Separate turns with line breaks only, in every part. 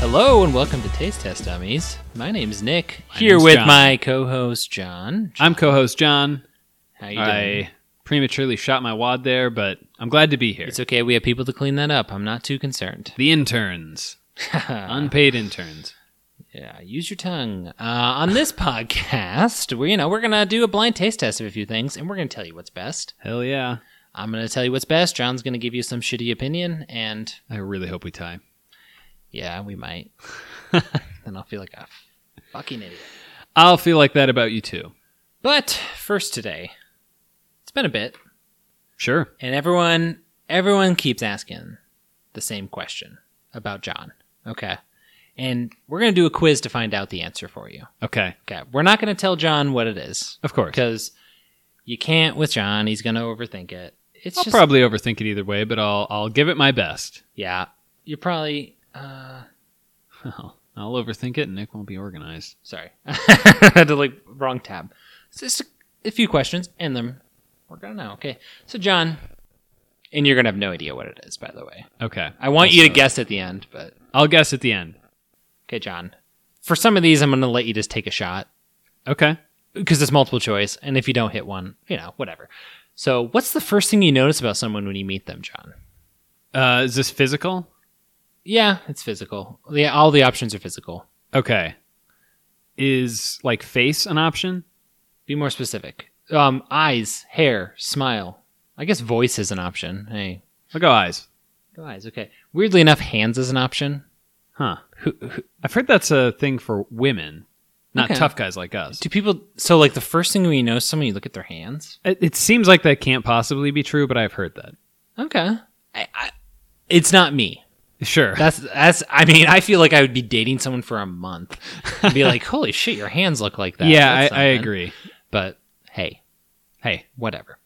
Hello and welcome to Taste Test Dummies. My name's Nick.
My
here
name's
with
John.
my co-host John.
I'm co-host John.
How you doing?
I prematurely shot my wad there, but I'm glad to be here.
It's okay. We have people to clean that up. I'm not too concerned.
the interns, unpaid interns.
yeah, use your tongue. Uh, on this podcast, we you know we're gonna do a blind taste test of a few things, and we're gonna tell you what's best.
Hell yeah!
I'm gonna tell you what's best. John's gonna give you some shitty opinion, and
I really hope we tie.
yeah, we might. then I'll feel like a fucking idiot.
I'll feel like that about you too.
But first today, it's been a bit.
Sure.
and everyone everyone keeps asking the same question about John. Okay. And we're going to do a quiz to find out the answer for you.
Okay.
Okay. We're not going to tell John what it is
Of course.
because you can't with John. He's going to overthink it. It's
I'll
just
probably overthink it either way, but I'll I'll give it my best.
yeah. You're probably uh
I'll, I'll overthink it, and Nick won't be organized.
sorry. I had to like wrong tab. It's just a few questions and then we're going to know. Okay. So John and you're going to have no idea what it is by the way.
Okay.
I want you to
Also-
guess at the end, but
I'll guess at the end.
Okay, John. For some of these, I'm going to let you just take a shot
Okay.
because it's multiple choice. And if you don't hit one, you know, whatever. So, what's the first thing you notice about someone when you meet them, John?
Uh, is this physical?
Yeah, it's physical. Yeah, all the options are physical.
Okay. Is like face an option?
Be more specific. Um, eyes, hair, smile. I guess voice is an option. Hey,
I'll go eyes.
Go eyes. Okay. Weirdly enough, hands is an option.
Huh. I've heard that's a thing for women, not
Okay.
tough guys like us.
Do people? So, like, the first thing when you notice someone, you look at their hands.
It, it seems like that can't possibly be true, but I've heard that.
Okay. I, I, it's not me.
Sure.
That's that's. I mean, I feel like I would be dating someone for a month and be like, "Holy shit, your hands look like that."
yeah, I,
That's
I
something."
agree.
But hey,
Hey,
whatever.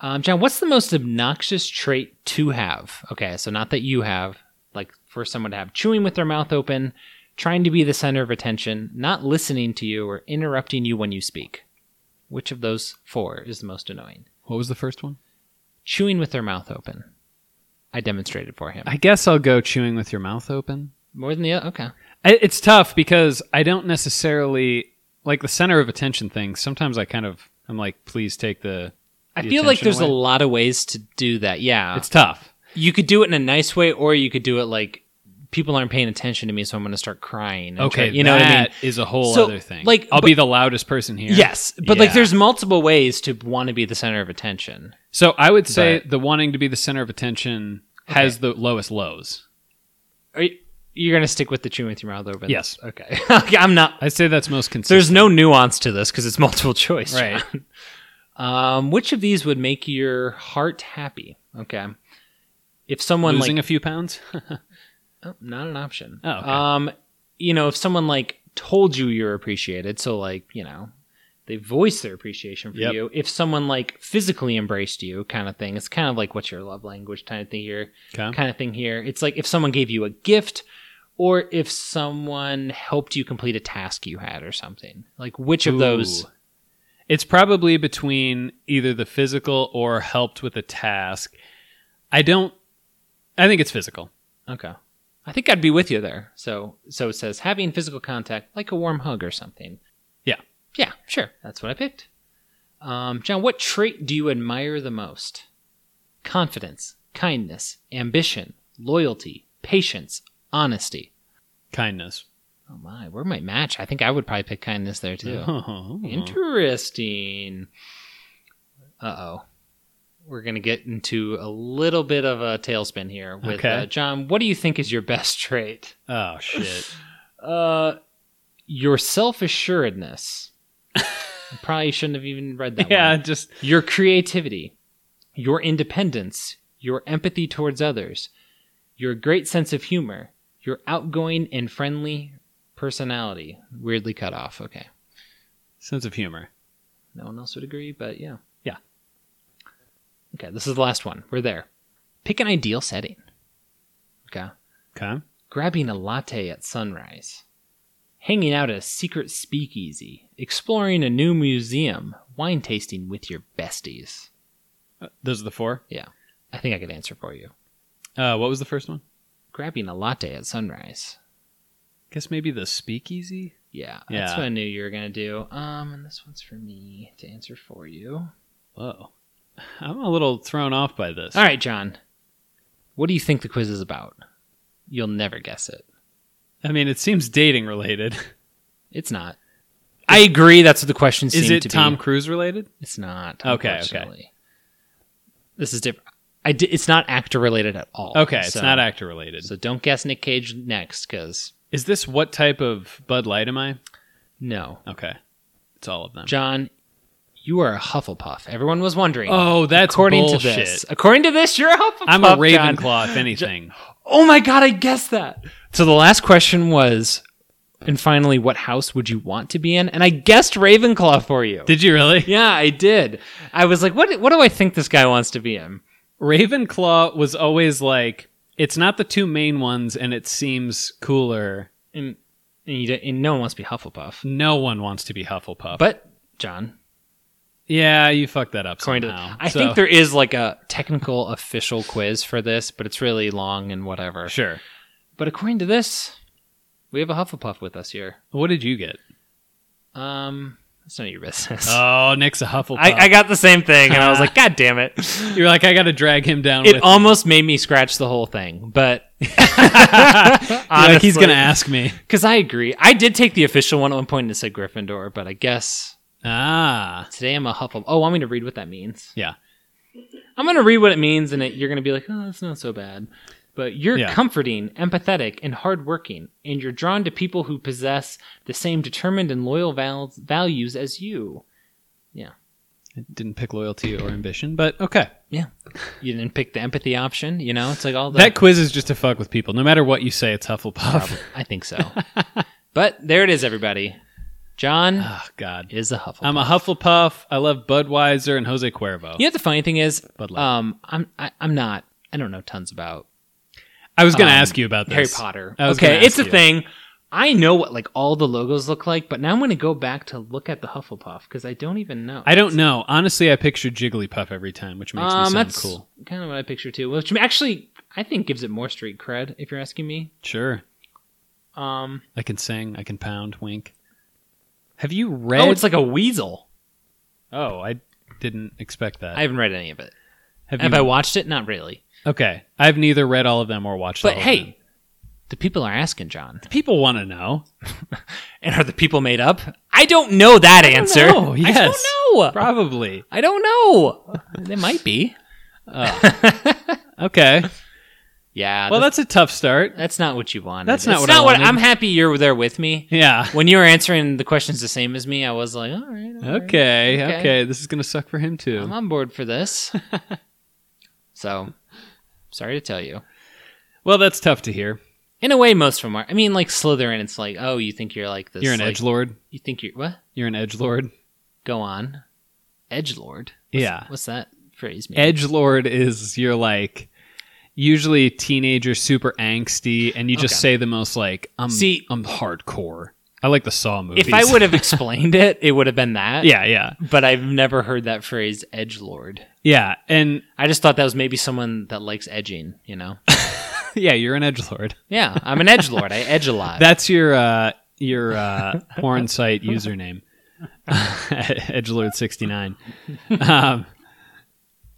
Um, John, what's the most obnoxious trait to have? Okay, so not that you have, like for someone to have chewing with their mouth open, trying to be the center of attention, not listening to you, or interrupting you when you speak. Which of those four is the most annoying?
what was the first one?
Chewing with their mouth open. I demonstrated for him.
I guess I'll go chewing with your mouth open.
More than the other. Okay.
I, it's tough because I don't necessarily like the center of attention thing. Sometimes I kind of I'm like, please take the.
I
the
feel like
attention
there's a
away.
lot of ways to do that. Yeah.
It's tough.
you could do it in a nice way, or you could do it like people aren't paying attention to me, so I'm going to start crying. and
Okay,
try- you know what I mean?
that is a whole
So,
other thing.
like,
I'll
but-
be the loudest person here.
Yes, but like
Yeah.
there's multiple ways to want to be the center of attention.
So I would say
But-
the wanting to be the center of attention has the lowest lows.
Are you, you're going to stick with the chewing with your mouth open?
Yes.
Okay. okay I'm not.
I'd say that's most consistent.
There's no nuance to this because it's multiple choice.
Right.
John. Um, which of these would make your heart happy? Okay. If someone like
losing a few pounds.
Oh, not an option.
Oh, okay.
Um, you know, if someone like told you you're appreciated, so like, you know, they voice their appreciation for
Yep.
you. If someone like physically embraced you, kind of thing, it's kind of like what's your love language kind of thing here.
Okay.
Kind of thing here. It's like if someone gave you a gift, or if someone helped you complete a task you had or something. Like which of those?
Ooh. It's probably between either the physical or helped with a task. I don't. I think it's physical.
Okay. I think I'd be with you there. So so it says having physical contact, like a warm hug or something.
Yeah.
Yeah, sure. That's what I picked. Um, John, what trait do you admire the most? Confidence, kindness, ambition, loyalty, patience, honesty.
Kindness.
Oh my, we're my match. I think I would probably pick kindness there too.
Inter-
Interesting. Uh oh. We're going to get into a little bit of a tailspin here with
Okay.
uh, John. What do you think is your best trait?
oh shit.
Uh, your self assuredness. Probably shouldn't have even read that.
yeah.
One.
Just
Your creativity, your independence, your empathy towards others, your great sense of humor, your outgoing and friendly personality. Weirdly cut off. Okay.
sense of humor.
No one else would agree, but yeah.
Yeah.
Okay, this is the last one. We're there. Pick an ideal setting. Okay.
Okay.
grabbing a latte at sunrise, hanging out at a secret speakeasy, exploring a new museum, wine tasting with your besties.
Uh, Those are the four.
I think I could answer for you.
Uh, what was the first one?
Grabbing a latte at sunrise.
guess maybe the speakeasy.
Yeah, that's
Yeah.
what I knew you were gonna do. Um, and this one's for me to answer for you.
Whoa. I'm a little thrown off by this.
All right, John. What do you think the quiz is about? You'll never guess it.
I mean, it seems dating related.
It's not. I agree. That's what the question seemed
Is it
to
Tom
be.
Cruise related?
It's not.
Okay, okay.
unfortunately. This is different. I di- it's not actor related at all.
Okay, it's
So-
not actor related.
So don't guess Nick Cage next, because
Is this what type of Bud Light am I?
no,
Okay. It's all of them.
John, you are a Hufflepuff. Everyone was wondering.
Oh, that's
according
bullshit.
to this, according to this, you're a Hufflepuff.
I'm a
John.
Ravenclaw, if anything.
Oh my god, I guessed that. So the last question was, and finally, what house would you want to be in? And I guessed Ravenclaw for you.
Did you really?
yeah, I did. I was like, what? What do I think this guy wants to be in?
Ravenclaw was always like, it's not the two main ones, and it seems cooler.
And, and, you, don't- and no one wants to be Hufflepuff.
No one wants to be Hufflepuff.
But John,
yeah, you fucked that up.
according to,
somehow.
I
So-
think there is like a technical official quiz for this, but it's really long and whatever.
Sure.
But according to this, we have a Hufflepuff with us here.
What did you get?
Um, it's none of your business.
Oh, Nick's a Hufflepuff.
I, I got the same thing, and I was like, God damn it!
You're like, I got to drag him down.
It
with
almost made me scratch the whole thing, but
You're like, he's
Honestly.
gonna ask me.
because I agree, I did take the official one at one point and it said Gryffindor, but I guess
Ah,
today I'm a Hufflepuff. Oh, want me to read what that means?
yeah.
I'm gonna read what it means, and it, you're gonna be like, "Oh, that's not so bad." But you're
Yeah.
comforting, empathetic, and hardworking, and you're drawn to people who possess the same determined and loyal val- values as you.
I didn't pick loyalty or ambition, but okay.
You didn't pick the empathy option, you know? It's like all the
That quiz is just to fuck with people. No matter what you say, it's Hufflepuff.
I think so. but there it is, everybody. John
oh God,
is a Hufflepuff.
I'm a Hufflepuff. I love Budweiser and Jose Cuervo.
you know what the funny thing is,
Bud Light.
um, I'm I, I'm not. I don't know tons about
I was gonna
um,
ask you about this.
Harry Potter.
I was
Okay,
gonna
it's a
ask you.
thing. I know what like all the logos look like, but now I'm going to go back to look at the Hufflepuff because I don't even know.
I don't know. Honestly, I picture Jigglypuff every time, which makes me
Um,
sound
that's
cool.
kind of what I picture too. Which actually, I think gives it more street cred if you're asking me.
Sure,
Um,
I can sing. I can pound. Wink. Have you read?
oh, it's like a weasel.
Oh, I didn't expect that.
I haven't read any of it.
Have
Have I watched it? Not really.
Okay, I've neither read all of them or watched.
But
all of
hey,
them.
the people are asking, John.
people want to know.
And are the people made up? I don't know that answer.
know.
I
Yes.
don't know.
Probably.
I don't know. They might be. Uh,
Okay.
Yeah.
Well,
that's,
that's a tough start.
that's not what you wanted.
That's not
It's
what I wanted.
I'm happy you're there with me.
Yeah.
When you were answering the questions the same as me, I was like, all right. all right.
Okay.
Okay.
Okay. This is gonna suck for him too.
I'm on board for this. so, sorry to tell you.
well, that's tough to hear.
In a way, most of them are. I mean, like Slytherin, it's like, oh, you think you're like this.
You're an
like-
edge lord.
You think you're what?
You're an edge lord.
Go on. Edge lord.
Yeah.
What's that phrase mean?
Edge lord is you're like usually teenager, super angsty, and you just
Okay.
say the most like I'm.
See-
I'm hardcore. I like the Saw movies.
if I would have explained it, it would have been that.
yeah, yeah,
but I've never heard that phrase edge lord.
yeah, and
I just thought that was maybe someone that likes edging, you know.
yeah, you're an edge lord.
Yeah, I'm an edge lord. I edge a lot.
That's your uh, your uh, porn site username, Edgelord sixty nine. Um,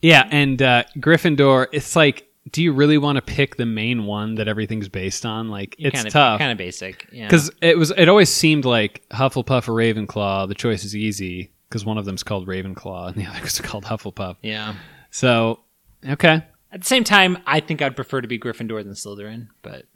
yeah, and uh, Gryffindor. It's like, do you really want to pick the main one that everything's based on? Like, it's
kinda,
tough
Kind of basic. Yeah.
because it was. It always seemed like Hufflepuff or Ravenclaw. The choice is easy because one of them's called Ravenclaw and the other is called Hufflepuff.
yeah.
So, okay,
At the same time, I think I'd prefer to be Gryffindor than Slytherin, but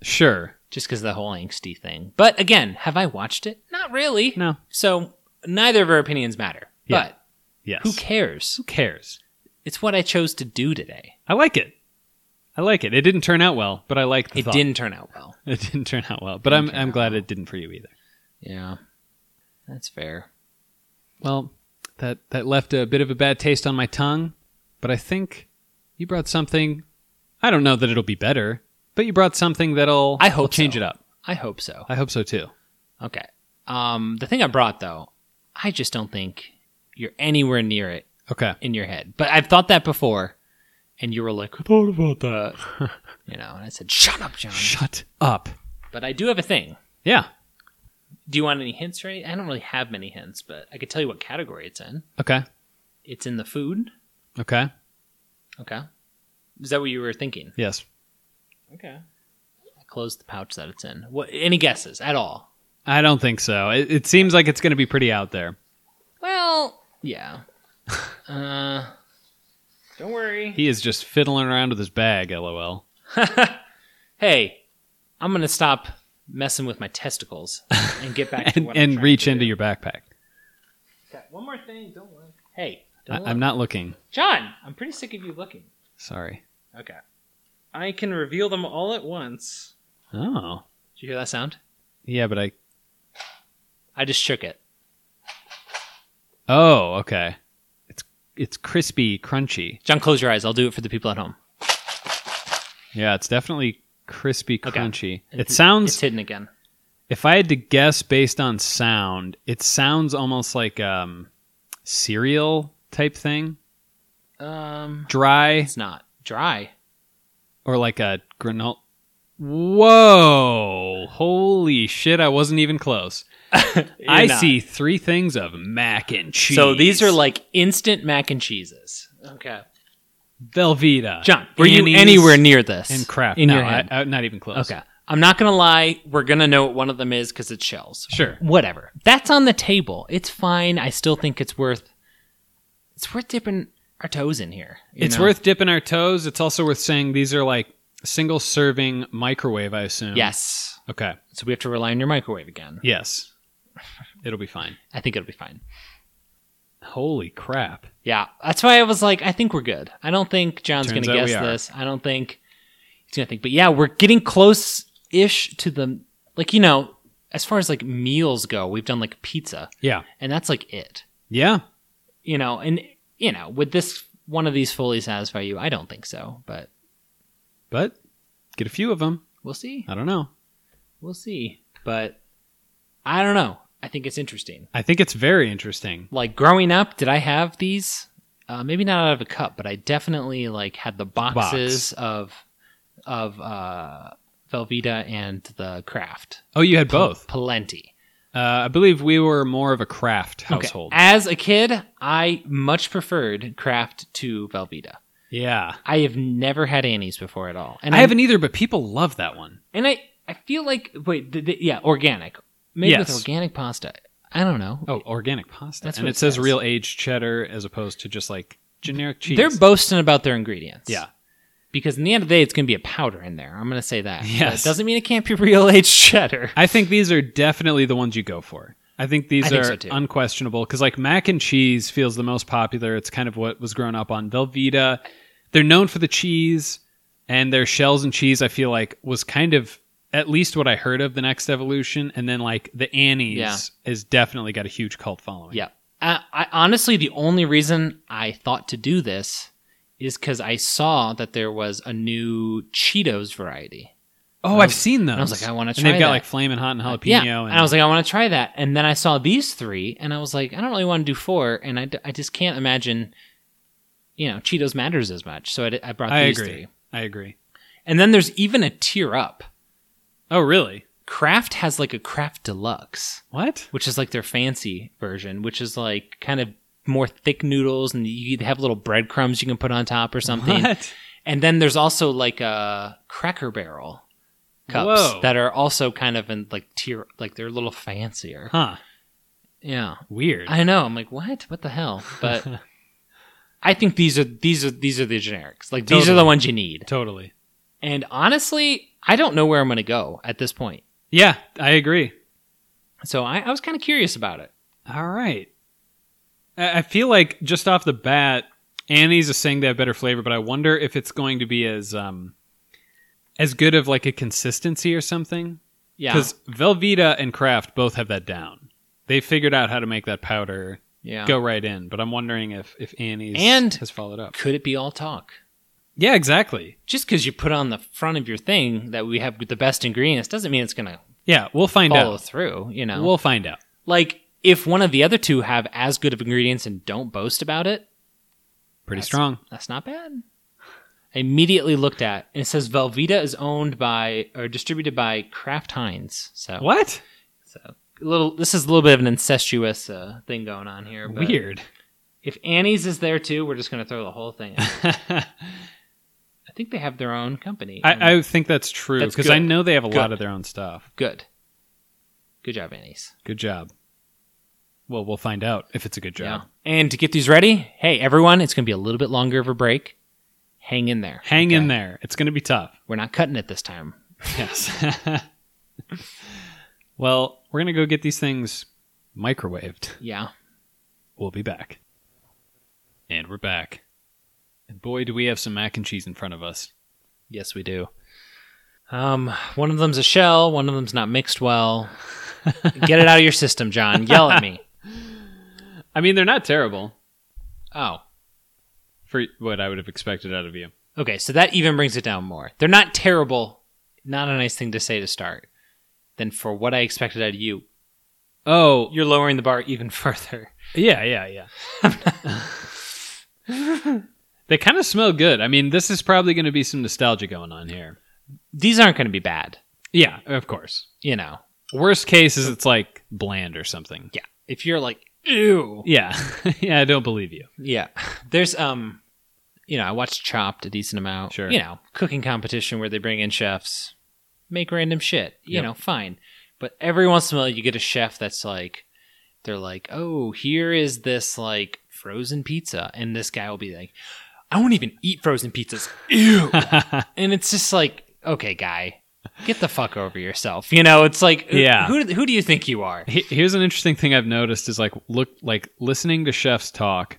sure,
just because of the whole angsty thing. But again, have I watched it? Not really.
no,
So neither of our opinions matter.
Yeah.
But
yes.
who cares?
Who cares?
It's what I chose to do today.
I like it. I like it. It didn't turn out well, but I like the
It
thought.
didn't turn out well.
It didn't turn out well, but
Didn't
I'm
turn
I'm
out
glad it didn't for you either.
Yeah. That's fair.
Well, that that left a bit of a bad taste on my tongue, but I think you brought something. I don't know that it'll be better, but you brought something that'll
I hope
will change
so.
it up.
I hope so.
I hope so too.
Okay. Um, the thing I brought though, I just don't think you're anywhere near it
Okay.
in your head. But I've thought that before, and you were like, "I thought about that," you know. And I said, "Shut up, John."
Shut up.
But I do have a thing.
Yeah.
Do you want any hints or any? I don't really have many hints, but I could tell you what category it's in.
Okay.
It's in the food.
Okay.
Okay. Is that what you were thinking?
Yes.
Okay. I closed the pouch that it's in. What? Any guesses at all?
I don't think so. It, it seems like it's going to be pretty out there.
Well, yeah. uh, don't worry.
He is just fiddling around with his bag, lol.
hey, I'm gonna stop messing with my testicles and get back to
And,
what I'm
and
trying
reach
to
into
do.
your backpack.
Got one more thing. Don't look. Hey,
I,
don't look.
I'm not looking.
John. I'm pretty sick of you looking.
Sorry.
Okay. I can reveal them all at once.
Oh.
Did you hear that sound?
Yeah, but I.
I just shook it.
Oh, okay. It's it's crispy, crunchy.
John, close your eyes. I'll do it for the people at home.
Yeah, it's definitely crispy,
Okay.
crunchy. It
It's-
sounds.
It's hidden again.
If I had to guess based on sound, it sounds almost like um cereal type thing,
Um,
dry
it's not dry.
or like a granola. Whoa! Holy shit! I wasn't even close. I see three things of mac and cheese.
So these are like instant mac and cheeses. Okay.
Velveeta.
John, were you
Annie's,
anywhere near this?
and crap?
in
no,
your
I-
hand.
I- not even close.
okay. I'm not gonna lie. We're gonna know what one of them is because it's shells.
Sure.
Whatever. That's on the table. It's fine. I still think it's worth. It's worth dipping our toes in here. you
It's
know?
worth dipping our toes. It's also worth saying these are like single serving microwave. I assume.
Yes.
Okay.
So we have to rely on your microwave again.
Yes. It'll be fine.
I think it'll be fine.
Holy crap.
Yeah, that's why I was like, I think we're good. I don't think John's
Turns
going
out
to
we
guess
are.
this. I don't think he's going to think. But yeah, we're getting close ish to the like you know as far as like meals go, we've done like pizza,
Yeah.
and that's like it.
Yeah.
You know, and you know, would this one of these fully satisfy you? I don't think so, but
But get a few of them.
we'll see.
I don't know.
We'll see. But I don't know. I think it's interesting.
I think it's very interesting.
like growing up, did I have these? Uh, maybe not out of a cup, but I definitely like had the boxes of of uh, Velveeta and the Kraft.
Oh, you had both.
plenty.
Uh, I believe we were more of a craft
Okay.
household.
As a kid, I much preferred Kraft to Velveeta.
Yeah.
I have never had Annie's before at all, and
I
I'm-
haven't either, but people love that one.
And I I feel like wait, the, the, yeah, organic. Maybe with
Yes.
organic pasta. I don't know.
Oh, organic pasta.
That's
and
what
it
it
says
says.
real aged cheddar as opposed to just like generic cheese.
They're boasting about their ingredients.
Yeah.
Because in the end of the day, it's going to be a powder in there. I'm going to say that. But
Yes.
It doesn't mean it can't be real aged cheddar.
I think these are definitely the ones you go for. I think these
I think
are
so, too.
unquestionable because like mac and cheese feels the most popular. It's kind of what was grown up on Velveeta. They're known for the cheese and their shells and cheese. I feel like was kind of at least what I heard of the next evolution, and then like the Annie's
Yeah.
has definitely got a huge cult following.
Yeah. I, I, honestly, the only reason I thought to do this is because I saw that there was a new Cheetos variety.
Oh,
I
I've
was-
seen those.
I was like, I wanna
And they've
try
got
that.
like flaming hot and jalapeno.
yeah.
and,
And I was like, I want to try that. And then I saw these three, and I was like, I don't really want to do four. And I, d- I just can't imagine, you know, Cheetos matters as much. So I, d- I brought
I
these
agree.
three.
I agree.
And then there's even a tier up.
Oh, really?
Kraft has like a Kraft Deluxe.
What?
which is like their fancy version, which is like kind of more thick noodles, and you they have little breadcrumbs you can put on top or something.
What?
And then there's also like a Cracker Barrel cups
Whoa.
that are also kind of in like tier, like they're a little fancier.
Huh?
Yeah,
Weird.
I know. I'm like, what? What the hell? But I think these are these are these are the generics. Like these are
Totally.
the ones you need.
totally.
And honestly, I don't know where I'm gonna go at this point.
Yeah, I agree.
So I, I was kind of curious about it.
All right. I I feel like just off the bat, Annie's is saying they have better flavor, but I wonder if it's going to be as um as good of like a consistency or something.
Yeah,
Because Velveeta and Kraft both have that down. They figured out how to make that powder
yeah.
go right in, but I'm wondering if if Annie's
And-
has followed up.
Could it be all talk?
Yeah, exactly.
just because you put on the front of your thing that we have the best ingredients doesn't mean it's going to
Yeah, we'll find
follow
out.
through, you know?
We'll find out.
like, if one of the other two have as good of ingredients and don't boast about it,
Pretty
That's-
strong.
that's not bad. I immediately looked at, and it says Velveeta is owned by or distributed by Kraft Heinz. So
What?
So a little. This is a little bit of an incestuous uh, thing going on here. but
Weird.
If Annie's is there too, we're just going to throw the whole thing. Out. I think they have their own company. Um,
I, I think that's true
That's
because I
good.
know they have a lot
Good.
of their own stuff.
good. Good job, Annie's.
Good job. Well, we'll find out if it's a good
Yeah.
job.
And to get these ready, hey everyone, it's going to be a little bit longer of a break. Hang in there.
Hang in
Okay?
there. It's going to be tough.
We're not cutting it this time.
Yes. well, we're going to go get these things microwaved.
Yeah.
We'll be back. And we're back. And boy, do we have some mac and cheese in front of us.
Yes, we do. Um, one of them's a shell. One of them's not mixed well. Get it out of your system, John. Yell at me.
I mean, they're not terrible
Oh,
for what I would have expected out of you.
okay. So that even brings it down more. They're not terrible. Not a nice thing to say to start. Then for what I expected out of you,
Oh,
you're lowering the bar even further.
yeah, yeah, yeah. they kind of smell good. I mean, this is probably going to be some nostalgia going on here.
These aren't going to be bad.
Yeah, of course.
You know,
Worst case is it's like bland or something.
yeah. If you're like, ew,
Yeah. yeah, I don't believe you.
Yeah. There's um you know, I watched Chopped a decent amount.
Sure.
You know, cooking competition where they bring in chefs, make random shit. You
Yep.
know, fine. But every once in a while you get a chef that's like they're like, Oh, here is this like frozen pizza and this guy will be like, I won't even eat frozen pizzas. Ew And it's just like, okay, guy, get the fuck over yourself. You know, it's like
Yeah.
who who do you think you are?
He- Here's an interesting thing I've noticed is like look like listening to chefs talk,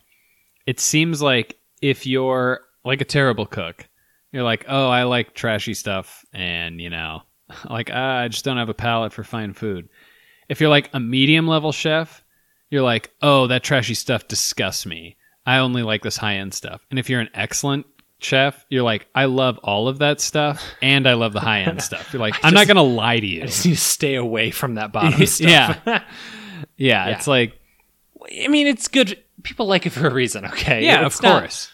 it seems like if you're like a terrible cook, you're like, "Oh, I like trashy stuff and, you know, like ah, I just don't have a palate for fine food." If you're like a medium level chef, you're like, "Oh, that trashy stuff disgusts me. I only like this high-end stuff." And if you're an excellent chef, you're like, "I love all of that stuff and I love the high-end stuff." You're like, "I'm not
just-
going to lie to you."
I just need to stay away from that bottom stuff.
Yeah. yeah,
Yeah.
it's like
I mean, it's good. People like it for a reason, okay?
Yeah,
It's
of
not-
course.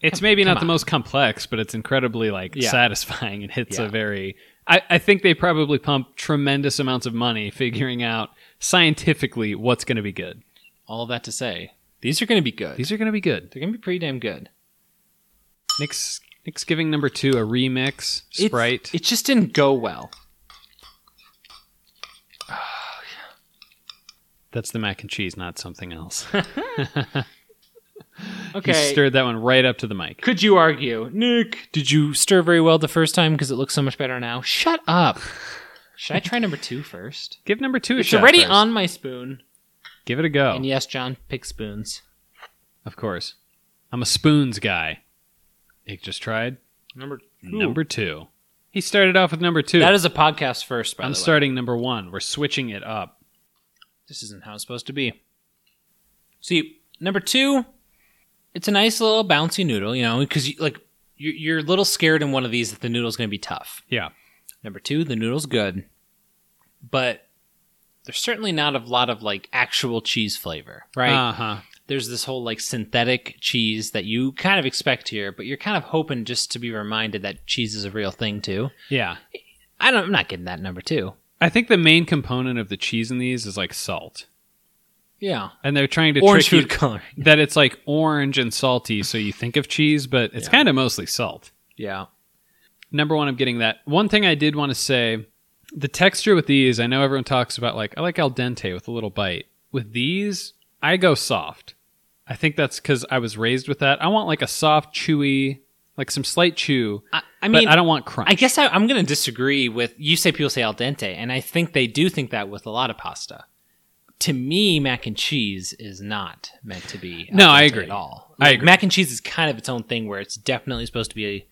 It's maybe
come
not the
on.
most complex, but it's incredibly like
Yeah.
satisfying and hits
Yeah.
a very. I, I think they probably pump tremendous amounts of money figuring out scientifically what's going to be good.
all that to say, these are going to be good.
These are going to be good.
They're going to be pretty damn good.
Nick's Nick's giving number two a remix
It's-
sprite.
It just didn't go well.
That's the mac and cheese, not something else. He
Okay.
stirred that one right up to the mic.
Could you argue, Nick, did you stir very well the first time because it looks so much better now? Shut up. Should I try number two first?
Give number two a
It's
shot.
already
first.
on my spoon.
Give it a go.
And yes, John picks spoons.
Of course, I'm a spoons guy. Nick just tried
Number two.
number two. He started off with number two.
That is a podcast first, by
I'm
the way.
starting number one. We're switching it up.
This isn't how it's supposed to be. See, number two, it's a nice little bouncy noodle, you know, because you, like you're, you're a little scared in one of these that the noodle's going to be tough.
Yeah.
Number two, the noodle's good, but there's certainly not a lot of like actual cheese flavor, right?
Uh huh.
there's this whole like synthetic cheese that you kind of expect here, but you're kind of hoping just to be reminded that cheese is a real thing too.
Yeah.
I don't, I'm not getting that number two.
I think the main component of the cheese in these is like salt,
Yeah,
and they're trying to
orange
trick
food color.
you that it's like orange and salty, so you think of cheese, but it's
Yeah.
kind of mostly salt.
Yeah,
Number one, I'm getting that. One thing I did want to say, the texture with these, I know everyone talks about like I like al dente with a little bite. With these, I go soft. I think that's because I was raised with that. I want like a soft, chewy, like some slight chew,
I, I mean,
but I don't want crunch.
I guess I, I'm going to disagree with you. Say people say al dente, and I think they do think that with a lot of pasta. To me, mac and cheese is not meant to be. al
No, I
dente
agree.
at all.
I agree.
Mac and cheese is kind of its own thing, where it's definitely supposed to be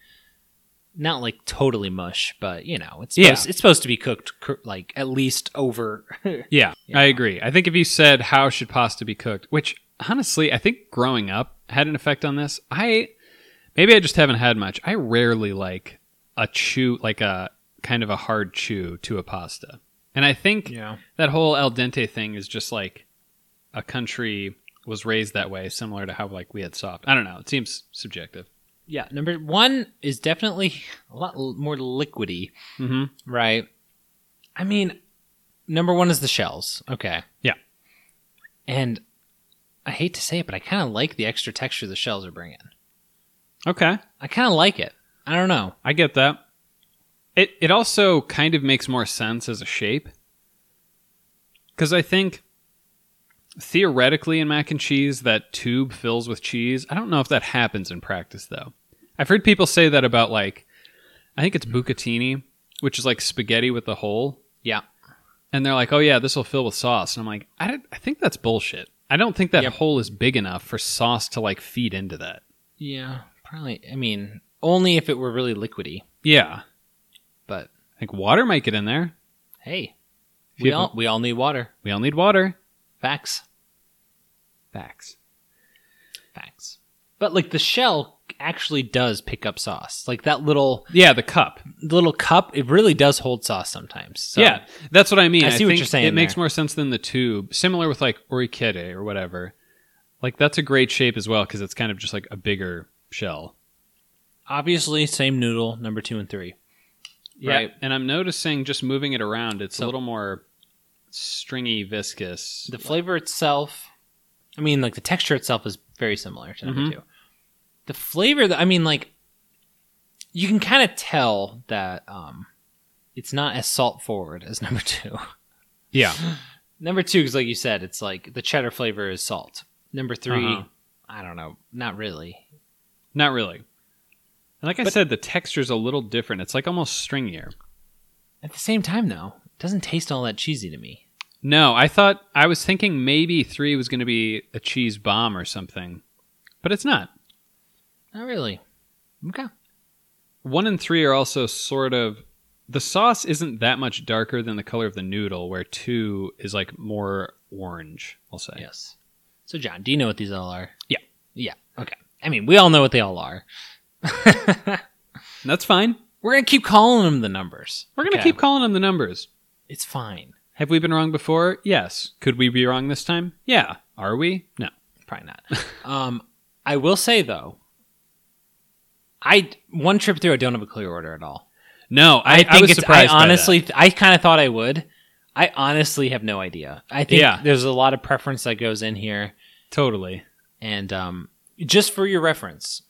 not like totally mush, but you know, it's
Yeah.
supposed, it's supposed to be cooked cr- like at least over.
Yeah,
Yeah.
I agree. I think if you said how should pasta be cooked, which honestly, I think growing up had an effect on this. I maybe I just haven't had much. I rarely like a chew like a kind of a hard chew to a pasta. And I think
yeah,
that whole al dente thing is just like a country was raised that way similar to how like we had soft. I don't know, it seems subjective.
yeah, number one is definitely a lot l- more liquidy,
Mm-hmm.
right? I mean, number one is the shells. Okay.
Yeah.
And I hate to say it, but I kind of like the extra texture the shells are bringing.
Okay.
I kind of like it. I don't know.
I get that. It it also kind of makes more sense as a shape. Cuz I think theoretically in mac and cheese that tube fills with cheese. I don't know if that happens in practice though. I've heard people say that about like I think it's bucatini, which is like spaghetti with a hole.
Yeah.
And they're like, "Oh yeah, this will fill with sauce." And I'm like, "I don't- I think that's bullshit. I don't think that
Yep.
hole is big enough for sauce to like feed into that."
Yeah, probably. I mean, only if it were really liquidy.
Yeah.
But
I think water might get in there.
hey,
If
we
you have
all we all need water.
We all need water.
Facts,
Facts.
facts. But like the shell actually does pick up sauce. Like that little
Yeah, the cup.
little cup, it really does hold sauce sometimes. So,
yeah, that's what I mean.
I see what
think
you're saying
It makes
there.
more sense than the tube. Similar with like orikete or whatever. Like that's a great shape as well because it's kind of just like a bigger shell.
obviously, same noodle number two and three.
Right. And I'm noticing just moving it around, it's
So-
a little more stringy, viscous.
The flavor itself, I mean, like the texture itself is very similar to number
Mhm.
two. The flavor, th- I mean, like you can kind of tell that um, it's not as salt forward as number two.
yeah.
Number two is like you said, it's like the cheddar flavor is salt. Number 3
Uh-huh.
I don't know, not really.
Not really. And like I
But-
said, the texture's a little different. It's like almost stringier.
At the same time, though, it doesn't taste all that cheesy to me.
No, I thought I was thinking maybe three was going to be a cheese bomb or something, but it's not.
Not really. Okay.
One and three are also sort of the sauce isn't that much darker than the color of the noodle, where two is like more orange. I'll say.
Yes. So, John, do you know what these all are?
Yeah.
Yeah. Okay. I mean, we all know what they all are.
And that's fine.
We're gonna keep calling them the numbers.
We're gonna keep calling them the numbers.
It's fine.
Have we been wrong before? Yes. Could we be wrong this time? Yeah. Are we? No.
Probably not. um, I will say though, I one trip through, I don't have a clear order at all.
No. I, I
I think
was
it's. I
surprised by that.
honestly, I kind of thought I would. I honestly have no idea. I think
Yeah.
there's a lot of preference that goes in here,
totally.
and um, just for your reference,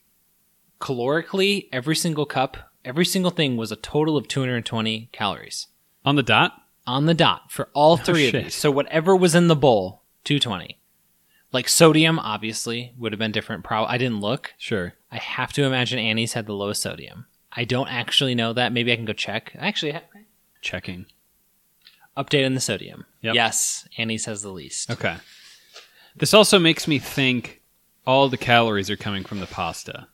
calorically, every single cup, every single thing was a total of 220 calories
On the dot.
on the dot for all three of
Oh, shit.
these. So whatever was in the bowl, 220. Like sodium, obviously, would have been different. Probably I didn't look.
Sure.
I have to imagine Annie's had the lowest sodium. I don't actually know that. Maybe I can go check. Actually, ha-
Checking.
update on the sodium.
Yep.
Yes, Annie's has the least.
Okay. This also makes me think all the calories are coming from the pasta.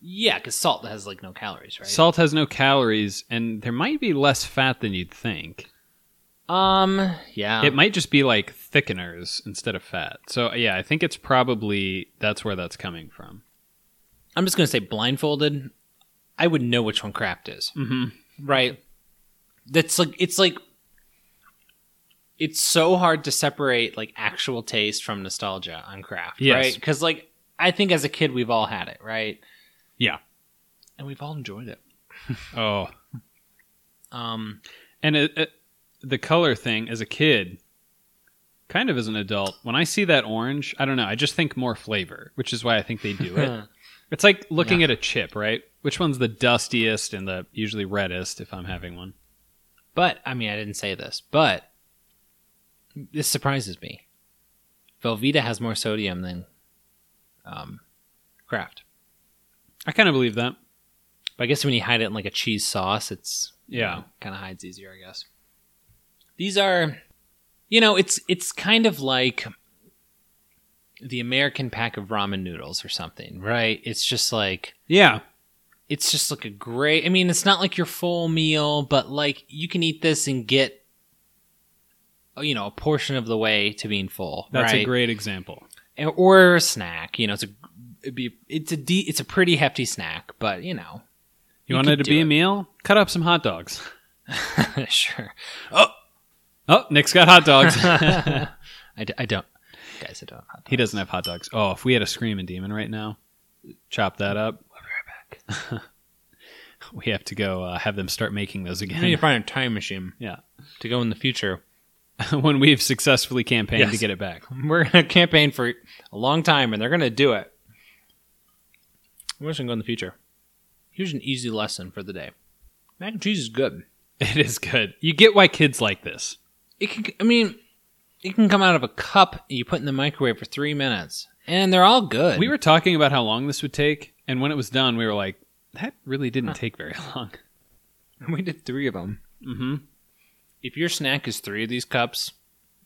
Yeah, because salt has like no calories, right?
Salt has no calories, and there might be less fat than you'd think.
um, yeah,
it might just be like thickeners instead of fat. So yeah, I think it's probably that's where that's coming from.
I'm just gonna say blindfolded. I would know which one crapped is.
Mm-hmm.
Right. That's like it's like it's so hard to separate like actual taste from nostalgia on craft,
Yes.
right? Because like I think as a kid we've all had it, right?
Yeah.
and we've all enjoyed it.
Oh,
Um,
and it, it, the color thing as a kid, kind of as an adult, when I see that orange, I don't know. I just think more flavor, which is why I think they do it. It's like looking at a chip, right? Which one's the dustiest and the usually reddest if I'm having one?
but I mean, I didn't say this, but this surprises me. Velveeta has more sodium than um, craft,
I kind of believe that.
but I guess when you hide it in like a cheese sauce, it's
Yeah.
kind of hides easier, I guess. These are, you know, it's it's kind of like the American pack of ramen noodles or something, right? It's just like
Yeah.
it's just like a great. I mean, it's not like your full meal, but like you can eat this and get, uh, you know, a portion of the way to being full.
That's
right?
a great example.
And- or a snack. You know, it's a it'd be it's a de- it's a pretty hefty snack, but you know,
You,
You
want it
could
to
do
be
it.
a meal? Cut up some hot dogs.
sure.
Oh, Nick's got hot dogs.
I, d- I don't, guys. I don't.
he doesn't have hot dogs. Oh, if we had a screaming demon right now, chop that up. we have to go uh, have them start making those
I need to
again
find a time machine.
Yeah.
To go in the future.
when we've successfully campaigned to
Yes.
get it back.
We're going to campaign for a long time and they're going to do it. We're just going to go in the future. Here's an easy lesson for the day mac and cheese is good.
It is good. You get why kids like this.
It can, I mean, it can come out of a cup and you put it in the microwave for three minutes and they're all good.
We were talking about how long this would take, and when it was done, we were like, that really didn't take very long.
we did three of them.
Mm-hmm.
If your snack is three of these cups,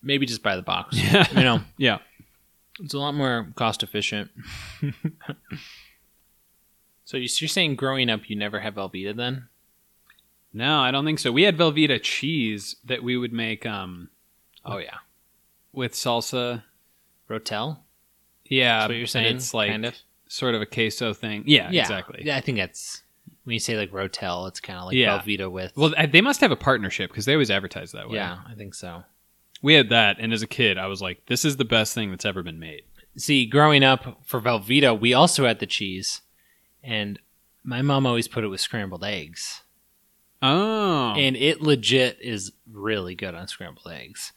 maybe just buy the box.
Yeah.
You know,
Yeah.
It's a lot more cost efficient. so you- you're saying growing up you never have Velveeta then?
No, I don't think so. We had Velveeta cheese that we would make um,
Oh yeah,
with salsa.
Rotel.
Yeah,
That's what you're
but
saying.
It's like
kind of.
sort of a queso thing. Yeah, exactly.
Yeah, I think that's when you say like Rotel. It's kind of like
Yeah.
Velveeta with.
Well, th- they must have a partnership because they always advertise that way.
yeah, I think so.
we had that, and as a kid, I was like, "This is the best thing that's ever been made."
See, growing up for Velveeta, we also had the cheese, and my mom always put it with scrambled eggs,
Oh,
and it legit is really good on scrambled eggs.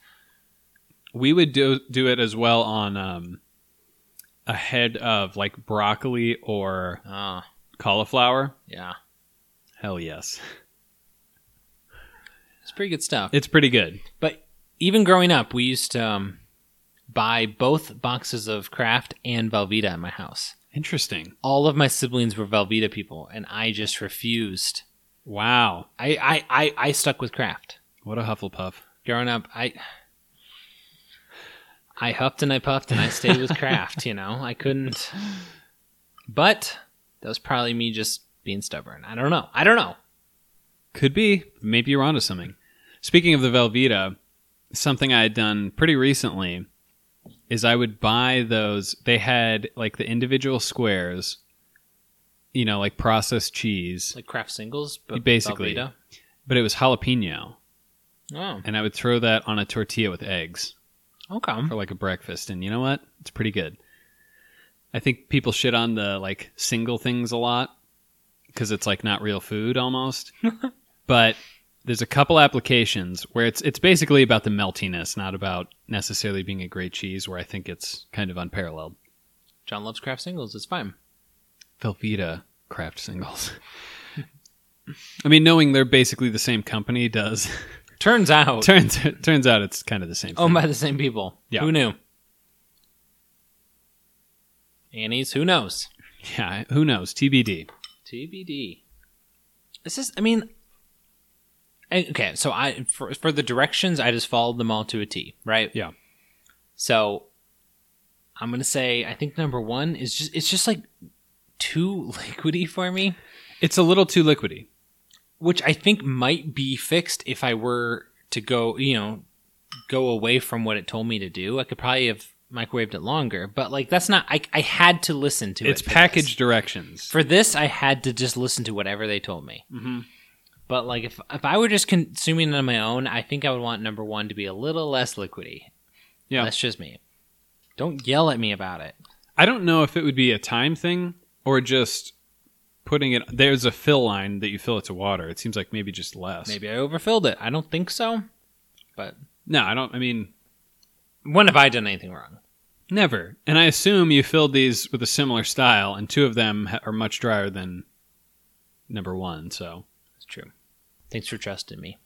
we would do do it as well on um, a head of like broccoli or
Oh,
cauliflower.
yeah,
Hell yes,
it's pretty good stuff.
it's pretty good.
even growing up, we used to um, buy both boxes of Kraft and Velveeta at my house.
Interesting.
All of my siblings were Velveeta people, and I just refused.
Wow,
I I, I, I stuck with Kraft.
what a Hufflepuff.
Growing up, I I huffed and I puffed, and I stayed with Kraft. You know, I couldn't. But that was probably me just being stubborn. I don't know. I don't know.
Could be. Maybe you're onto something. Speaking of the Velveeta, something I had done pretty recently is I would buy those. They had like the individual squares, you know, like processed cheese,
Like Kraft singles, but
Basically.
Velveeta.
but it was jalapeno.
Oh,
And I would throw that on a tortilla with eggs
okay.
for like a breakfast. And you know what? It's pretty good. I think people shit on the like single things a lot because it's like not real food almost. but there's a couple applications where it's it's basically about the meltiness, not about necessarily being a great cheese. Where I think it's kind of unparalleled.
John loves Kraft singles. It's fine.
Velveeta craft singles. I mean, knowing they're basically the same company does
Turns out.
turns turns out it's kind of the same.
owned by the same people.
Yeah.
Who knew? Annie's. Who knows?
thing. Yeah, who knows? TBD.
TBD. This is. I mean. I- Okay, so I for, for the directions, I just followed them all to a T, right?
Yeah.
So, I'm gonna say I think number one is just it's just like too liquidy for me,
It's a little too liquidy.
which I think might be fixed if I were to go, you know, go away from what it told me to do. I could probably have microwaved it longer, but like that's not. I I had to listen to it.
It's
for this.
package directions.
For this, I had to just listen to whatever they told me.
Mm-hmm.
But like if if I were just consuming it on my own, I think I would want number one to be a little less liquidy.
Yeah.
that's just me. Don't yell at me about it.
I don't know if it would be a time thing or just putting it. There's a fill line that you fill it to water. It seems like maybe just less.
Maybe I overfilled it. I don't think so.
No, I don't. I mean,
When have I done anything wrong?
never. And I assume you filled these with a similar style, and two of them ha- are much drier than number one. So,
It's true. Thanks for trusting me.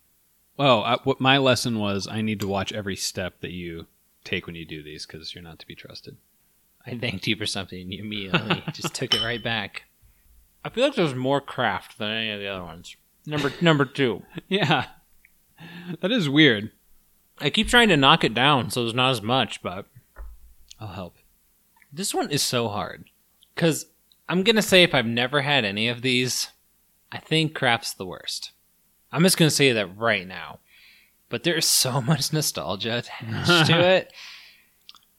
oh, I, what my lesson was, I need to watch every step that you take when you do these because you're not to be trusted.
I thanked you for something and you immediately just took it right back. I feel like there's more craft than any of the other ones. Number number two.
Yeah, that is weird.
I keep trying to knock it down so there's not as much, but
I'll help.
This one is so hard because I'm gonna say if I've never had any of these, I think crap's the worst. I'm just gonna say that right now. But there's so much nostalgia attached to it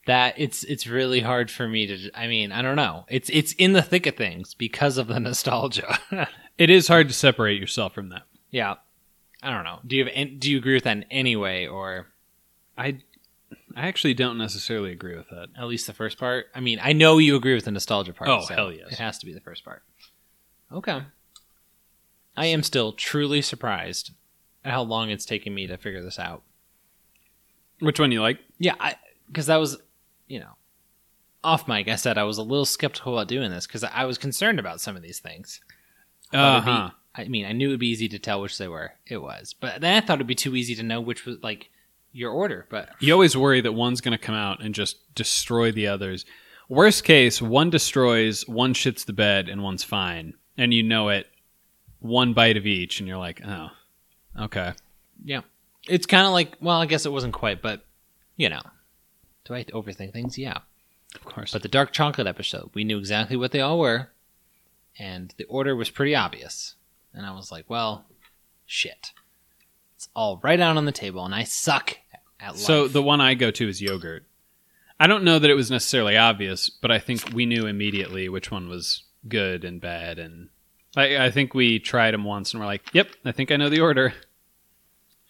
that it's it's really hard for me to. I mean, I don't know. It's it's in the thick of things because of the nostalgia.
It is hard to separate yourself from that.
yeah, I don't know. Do you have an- do you agree with that in any way or
I I actually don't necessarily agree with that.
At least the first part. I mean, I know you agree with the nostalgia part.
Oh, hell yes.
It has to be the first part. Okay. I am still truly surprised at how long it's taken me to figure this out.
Which one you like?
Yeah, I because that was, you know, off mic. I said I was a little skeptical about doing this because I was concerned about some of these things.
Uh
thought it'd be-
huh.
I mean, I knew it'd be easy to tell which they were. It was, but then I thought it'd be too easy to know which was like your order. But
You always worry that one's going to come out and just destroy the others. Worst case, one destroys, one shits the bed, and one's fine. And you know it, one bite of each, and you're like, oh, okay.
it's kind of like, well, I guess it wasn't quite, but you know, do I overthink things? Yeah.
Of course.
But the dark chocolate episode, we knew exactly what they all were, and the order was pretty obvious. And I was like, well, shit. It's all right out on the table, and I suck at life.
so the one I go to is yogurt. I don't know that it was necessarily obvious, but I think we knew immediately which one was good and bad. And I, I think we tried them once and we're like, yep, I think I know the order.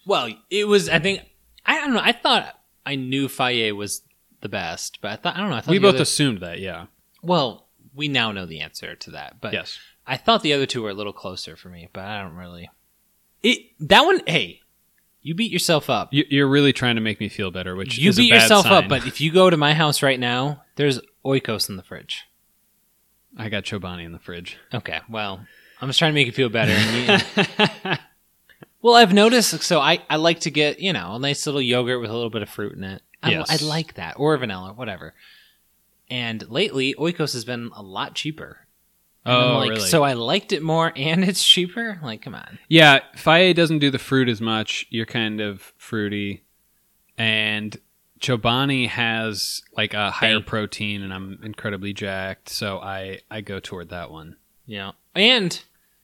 well, it was. I think I don't know. I thought I knew Faye was the best, but I thought I don't know. I thought
We
the
both
other-
assumed that, yeah.
well, we now know the answer to that, but
Yes.
I thought the other two were a little closer for me, but I don't really. It that one. Hey, you beat yourself up.
You, you're really trying to make me feel better, which
you
is
beat
a bad
yourself up,
sign.
but if you go to my house right now, there's oikos in the fridge.
I got Chobani in the fridge.
Okay, well, I'm just trying to make you feel better. And you, well, I've noticed, so I, I like to get, you know, a nice little yogurt with a little bit of fruit in it. I,
Yes.
I like that, or vanilla, whatever. And lately, oikos has been a lot cheaper. And I'm
Oh,
like,
really?
So I liked it more, and it's cheaper? Like, come on.
yeah, Faye doesn't do the fruit as much. You're kind of fruity, and Chobani has like a higher
Bang.
protein, and I'm incredibly jacked, so I I go toward that one.
Yeah. And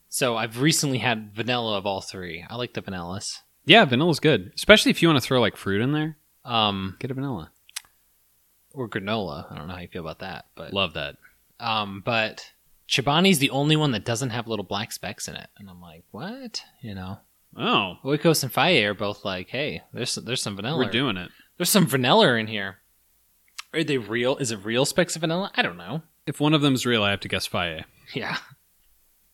so I've recently had vanilla of all three. I like the vanillas.
Yeah, vanilla's good, especially if you want to throw like fruit in there.
Um,
Get a vanilla.
or granola. I don't know how you feel about that, but
Love that.
Um, but Chobani's the only one that doesn't have little black specks in it. And I'm like, what? You know,
Oh,
Oikos and Faye are both like, hey, there's there's some vanilla.
we're doing it.
There's some vanilla in here. Are they real? Is it real specks of vanilla? I don't know.
If one of them's real, I have to guess Faye.
Yeah.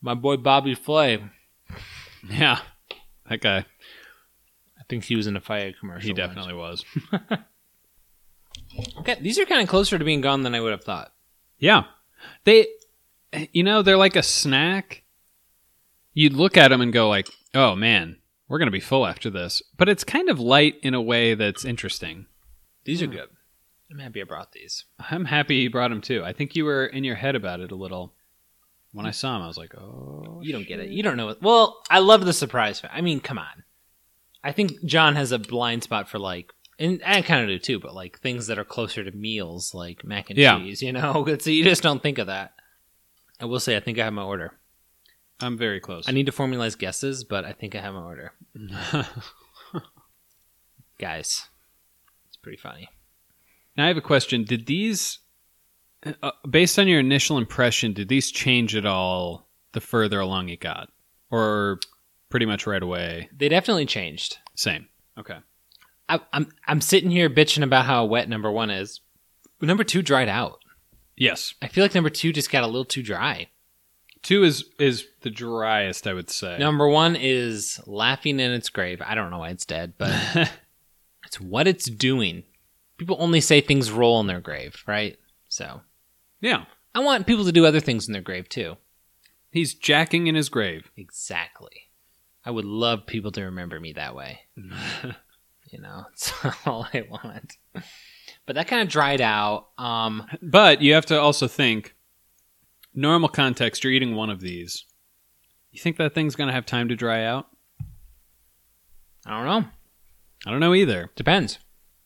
My boy Bobby Flay, I
Yeah, that guy.
think he was in a Faye commercial.
He
once.
definitely was.
Okay, these are kind of closer to being gone than I would have thought.
Yeah. They you know, they're like a snack. You'd look at them and go like, "Oh man, we're going to be full after this." But it's kind of light in a way that's interesting.
These are good. Hmm. I'm happy I brought these.
I'm happy you brought them too. I think you were in your head about it a little. When I saw him, I was like, "Oh,
You don't get it. You don't know what. Well, I love the surprise. fa- I mean, come on. I think John has a blind spot for like, and I kind of do too, but like things that are closer to meals, like mac and
Yeah.
cheese. You know, so you just don't think of that. I will say, I think I have my order.
I'm very close."
I need to formalize guesses, but I think I have my order,
now
guys. It's pretty funny.
I have a question. Did these uh, based on your initial impression, did these change at all the further along it got? Or pretty much right away,
They definitely changed.
same. Okay.
I, I'm I'm sitting here bitching about how wet number one is. But number two dried out.
Yes.
I feel like number two just got a little too dry.
Two is is the driest, I would say.
Number one is laughing in its grave. I don't know why it's dead, but it's what it's doing. People only say things roll in their grave, right? So
yeah,
I want people to do other things in their grave too.
he's jacking in his grave.
Exactly. I would love people to remember me that way. You know, it's all I want. But that kind of dried out. Um,
but you have to also think, normal context, you're eating one of these. You think that thing's gonna have time to dry out?
I don't know.
I don't know either.
Depends.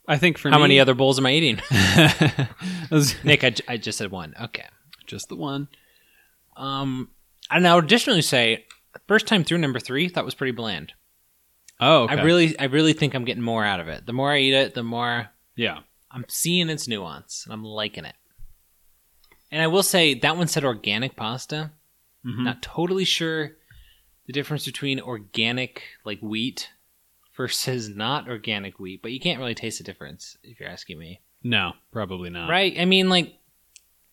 I think for
How
me,
many other bowls am I eating?
other
Nick, I, j- I just said one. Okay.
just the one.
Um, and I would additionally say, first time through number three, that was pretty bland.
Oh, okay.
I really, I really think I'm getting more out of it. The more I eat it, the more
yeah.
I'm seeing its nuance, and I'm liking it. And I will say that one said organic pasta.
Mhm.
Not totally sure the difference between organic, like wheat, versus not organic wheat, but you can't really taste the difference if you're asking me.
No, probably not.
Right? I mean, like,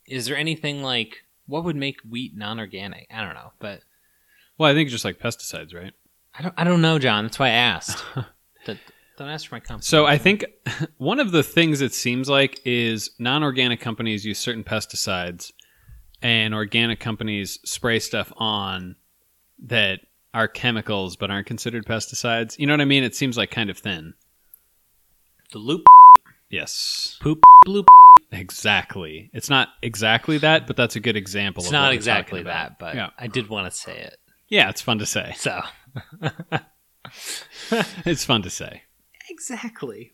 is there anything like what would make wheat non-organic? I don't know, but
Well, I think just like pesticides, right?
I don't. I don't know, John. That's why I asked. Don't- don't ask for my comment.
So I think one of the things it seems like is non-organic companies use certain pesticides, and organic companies spray stuff on that are chemicals but aren't considered pesticides. You know what I mean? It seems like kind of thin.
the loop
Yes,
poop bloop.
exactly. It's not exactly that, but that's a good example.
It's
of
not
what we're
exactly
talking about.
that, but
yeah,
I did want to say it.
yeah, it's fun to say.
So
It's fun to say.
exactly.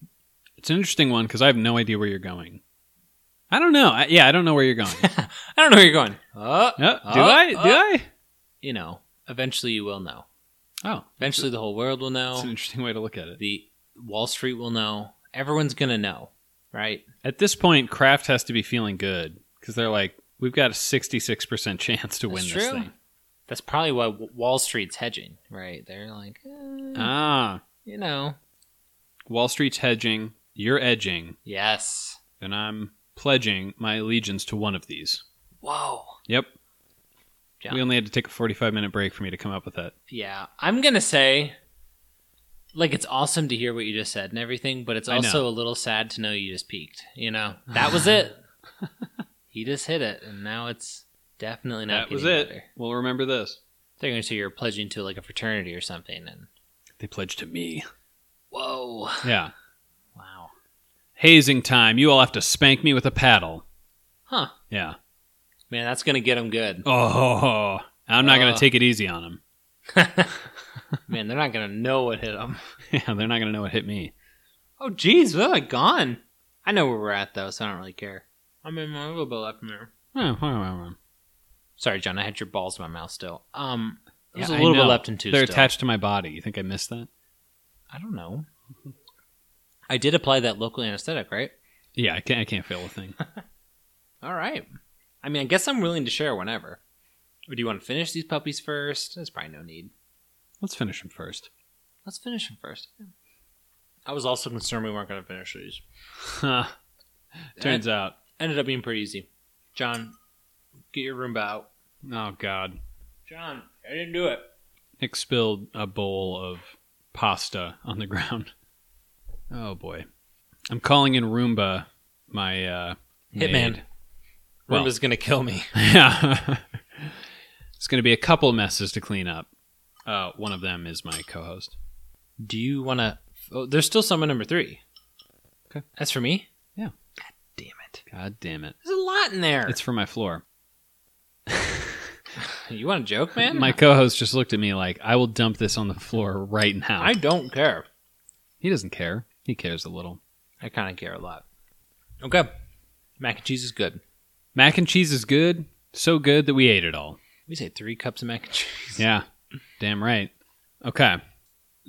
It's an interesting one because I have no idea where you're going. I don't know. I, yeah, I don't know where you're going.
I don't know where you're going. Oh,
Uh, do
Oh,
I? Do
oh.
I?
you know, eventually you will know.
Oh,
Eventually, the whole world will
It's an
know.
interesting way to look at it.
The Wall Street will know. Everyone's gonna know, right?
At this point, Kraft has to be feeling good because they're like, we've got a 66% chance to win
That's
this
true.
thing.
That's probably why W- Wall Street's hedging, right? They're like, eh,
Ah,
you know,
Wall Street's hedging, you're edging,
yes.
and I'm pledging my allegiance to one of these.
Whoa.
Yep.
Yeah.
We only had to take a 45 minute break for me to come up with that.
Yeah, I'm gonna say, like, it's awesome to hear what you just said and everything, but it's
I
also a little sad to know you just peaked. You know, that was it. he just hit it, and now it's definitely not.
that was
getting
it.
better.
We'll remember this.
They're gonna say you're pledging to like a fraternity or something, and
They pledged to me.
whoa,
Yeah.
wow,
Hazing time. You all have to spank me with a paddle.
huh,
Yeah.
man, that's gonna get them good.
Oh, I'm not going
Uh.
to take it easy on them.
man, they're not gonna know what hit them.
yeah, they're not going to know what hit me.
Oh, jeez, they're like gone. I know where we're at though, so I don't really care. I'm in my little bit left mirror.
Oh,
Sorry, John. I had your balls in my mouth still. Um, there's
Yeah,
a
I
little bit
know.
left in two.
They're
still.
attached to my body. You think I missed that?
I don't know. I did apply that local anesthetic, right?
Yeah, I can't. I can't fail a thing.
All right. I mean, I guess I'm willing to share whenever. Or do you want to finish these puppies first? There's probably no need.
Let's finish them first.
Let's finish them first. I was also concerned we weren't going to finish these.
Turns out,
Ended up being pretty easy. John, get your Roomba out.
oh god,
John, I didn't do it.
Nick spilled a bowl of pasta on the ground. Oh boy, I'm calling in Roomba, my uh,
Hitman.
maid. Well-
Roomba's going to kill me.
Yeah, it's going to be a couple messes to clean up. Uh, one of them is my co-host.
Do you want to? Oh, there's still some at number three.
Okay.
That's for me.
Yeah.
God damn it.
God damn it!
There's a lot in there.
It's for my floor.
you want a joke, man?
My co-host just looked at me like I will dump this on the floor right now.
I don't care.
He doesn't care. He cares a little.
I kind of care a lot. Okay. Mac and cheese is good.
Mac and cheese is good. So good that we ate it all.
We say three cups of mac and cheese.
Yeah. Damn right. Okay.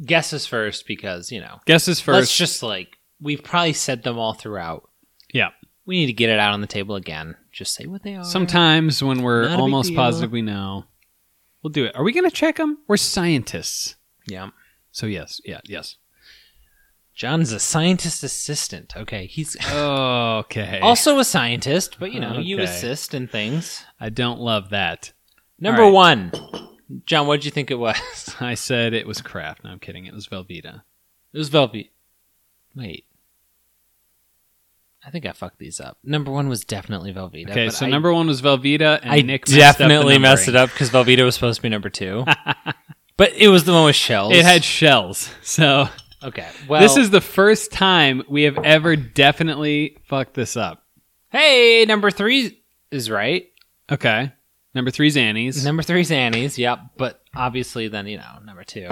Guesses first because, you know,
Guesses
let let's
first.
just like, we've probably said them all throughout.
Yeah.
We need to get it out on the table again. Just say what they are.
Sometimes when we're
Not a big
almost
deal.
positive we know, we'll do it. Are we going to check them? We're scientists.
Yeah.
So yes. Yeah. Yes.
John's a scientist assistant. Okay. He's
Okay.
also a scientist, but, you know, you
Okay.
assist in things.
I don't love that.
Number
right.
one. John, what'd you think it was?
I said it was Kraft. No, I'm kidding. It was Velveeta.
It was Velvet. Wait. I think I fucked these up. Number one was definitely Velveeta.
Okay.
but
So
I,
number one was Velveeta, and
I
Nick
definitely messed it
up.
up because Velveeta was supposed to be number two. but it was the one with
the
shells.
numbering. It had shells. So
Okay. Well,
this is the first time we have ever definitely fucked this up.
Hey, number three is right.
Okay. Number three's Annie's.
Number three's Annie's. Yep. But obviously, then, you know, number two.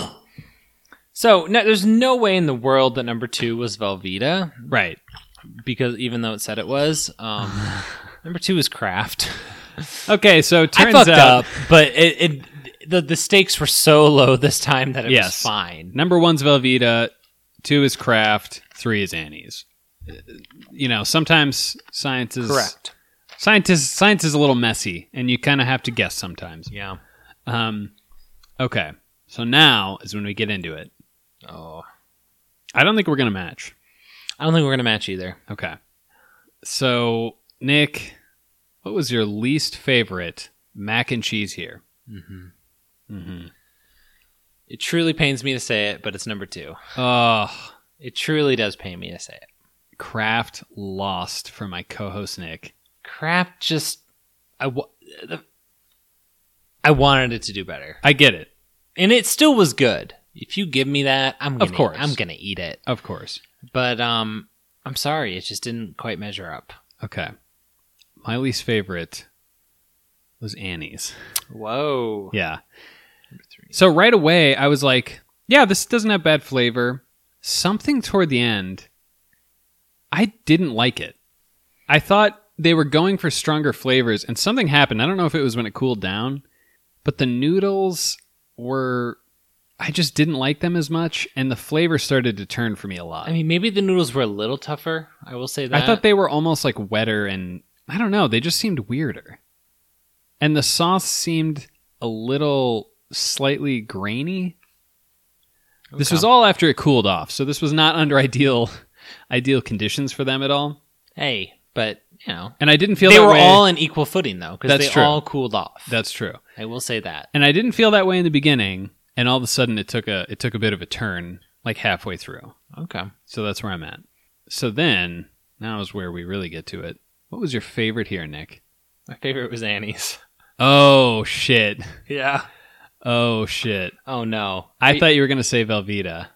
So no, there's no way in the world that number two was Velveeta
Right.
because even though it said it was, um, number two is Kraft.
Okay, so
I
turns
fucked
out
up, but it, it the the stakes were so low this time that it was
Yes.
fine.
number one's Velveeta, two is Kraft, three is Annie's. Uh, You know, sometimes science is Scientists, science is a little messy, and you kind of have to guess sometimes.
Yeah.
Um, okay, so now is when we get into it.
Oh.
I don't think we're gonna match.
I don't think we're gonna match either.
Okay. So, Nick, what was your least favorite mac and cheese here?
Mhm.
Mm-hmm.
It truly pains me to say it, but it's number two.
Oh,
It truly does pain me to say it.
Kraft lost for my co-host Nick.
Crap, just I wa- the, I wanted it to do better,
I get it,
and it still was good. If you give me that, I'm gonna,
Of course.
I'm gonna eat it.
of course.
But um, I'm sorry, it just didn't quite measure up.
Okay. My least favorite was Annie's.
Whoa,
Yeah.
number three.
So right away, I was like, yeah, this doesn't have bad flavor. Something toward the end, I didn't like it. I thought they were going for stronger flavors, and something happened. I don't know if it was when it cooled down, but the noodles were. I just didn't like them as much, and the flavor started to turn for me a lot.
I mean, maybe the noodles were a little tougher. I will say that.
I thought they were almost like wetter and I don't know, they just seemed weirder. And the sauce seemed a little slightly grainy. This was
Okay.
all after it cooled off, so this was not under ideal ideal conditions for them at all.
hey, but you know,
And I didn't feel
they
that
were
way.
all in equal footing though, because
That's
they
true.
all cooled off.
That's true.
I will say that.
And I didn't feel that way in the beginning, and all of a sudden it took a it took a bit of a turn like halfway through.
Okay.
So that's where I'm at. So then, now is where we really get to it. What was your favorite here, Nick?
My favorite was Annie's.
Oh shit.
Yeah.
Oh shit.
Oh no.
I
Are-
thought you were gonna say Velveeta.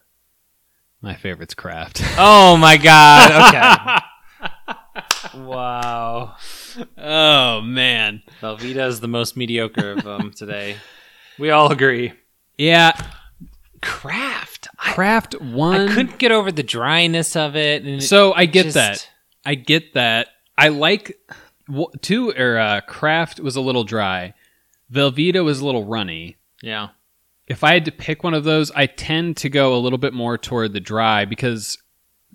My favorite's Kraft.
Oh my god. Okay. wow.
oh man.
Velveeta is the most mediocre of them today. We all agree.
Yeah,
Craft. I,
Kraft
I
won.
couldn't get over the dryness of it. And it
so I get
just-
that. I get that. I like wh- two or uh, Kraft was a little dry. Velveeta was a little runny.
Yeah.
If I had to pick one of those, I tend to go a little bit more toward the dry because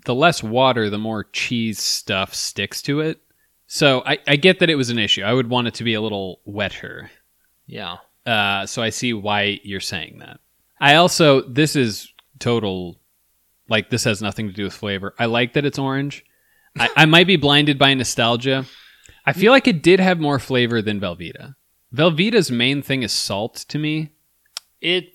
the less water, the more cheese stuff sticks to it. So I, I get that it was an issue. I would want it to be a little wetter.
Yeah.
Uh, so I see why you're saying that. I also this is total like this has nothing to do with flavor. I like that it's orange. I, I might be blinded by nostalgia. I feel like it did have more flavor than Velveeta. Velveeta's main thing is salt to me.
It.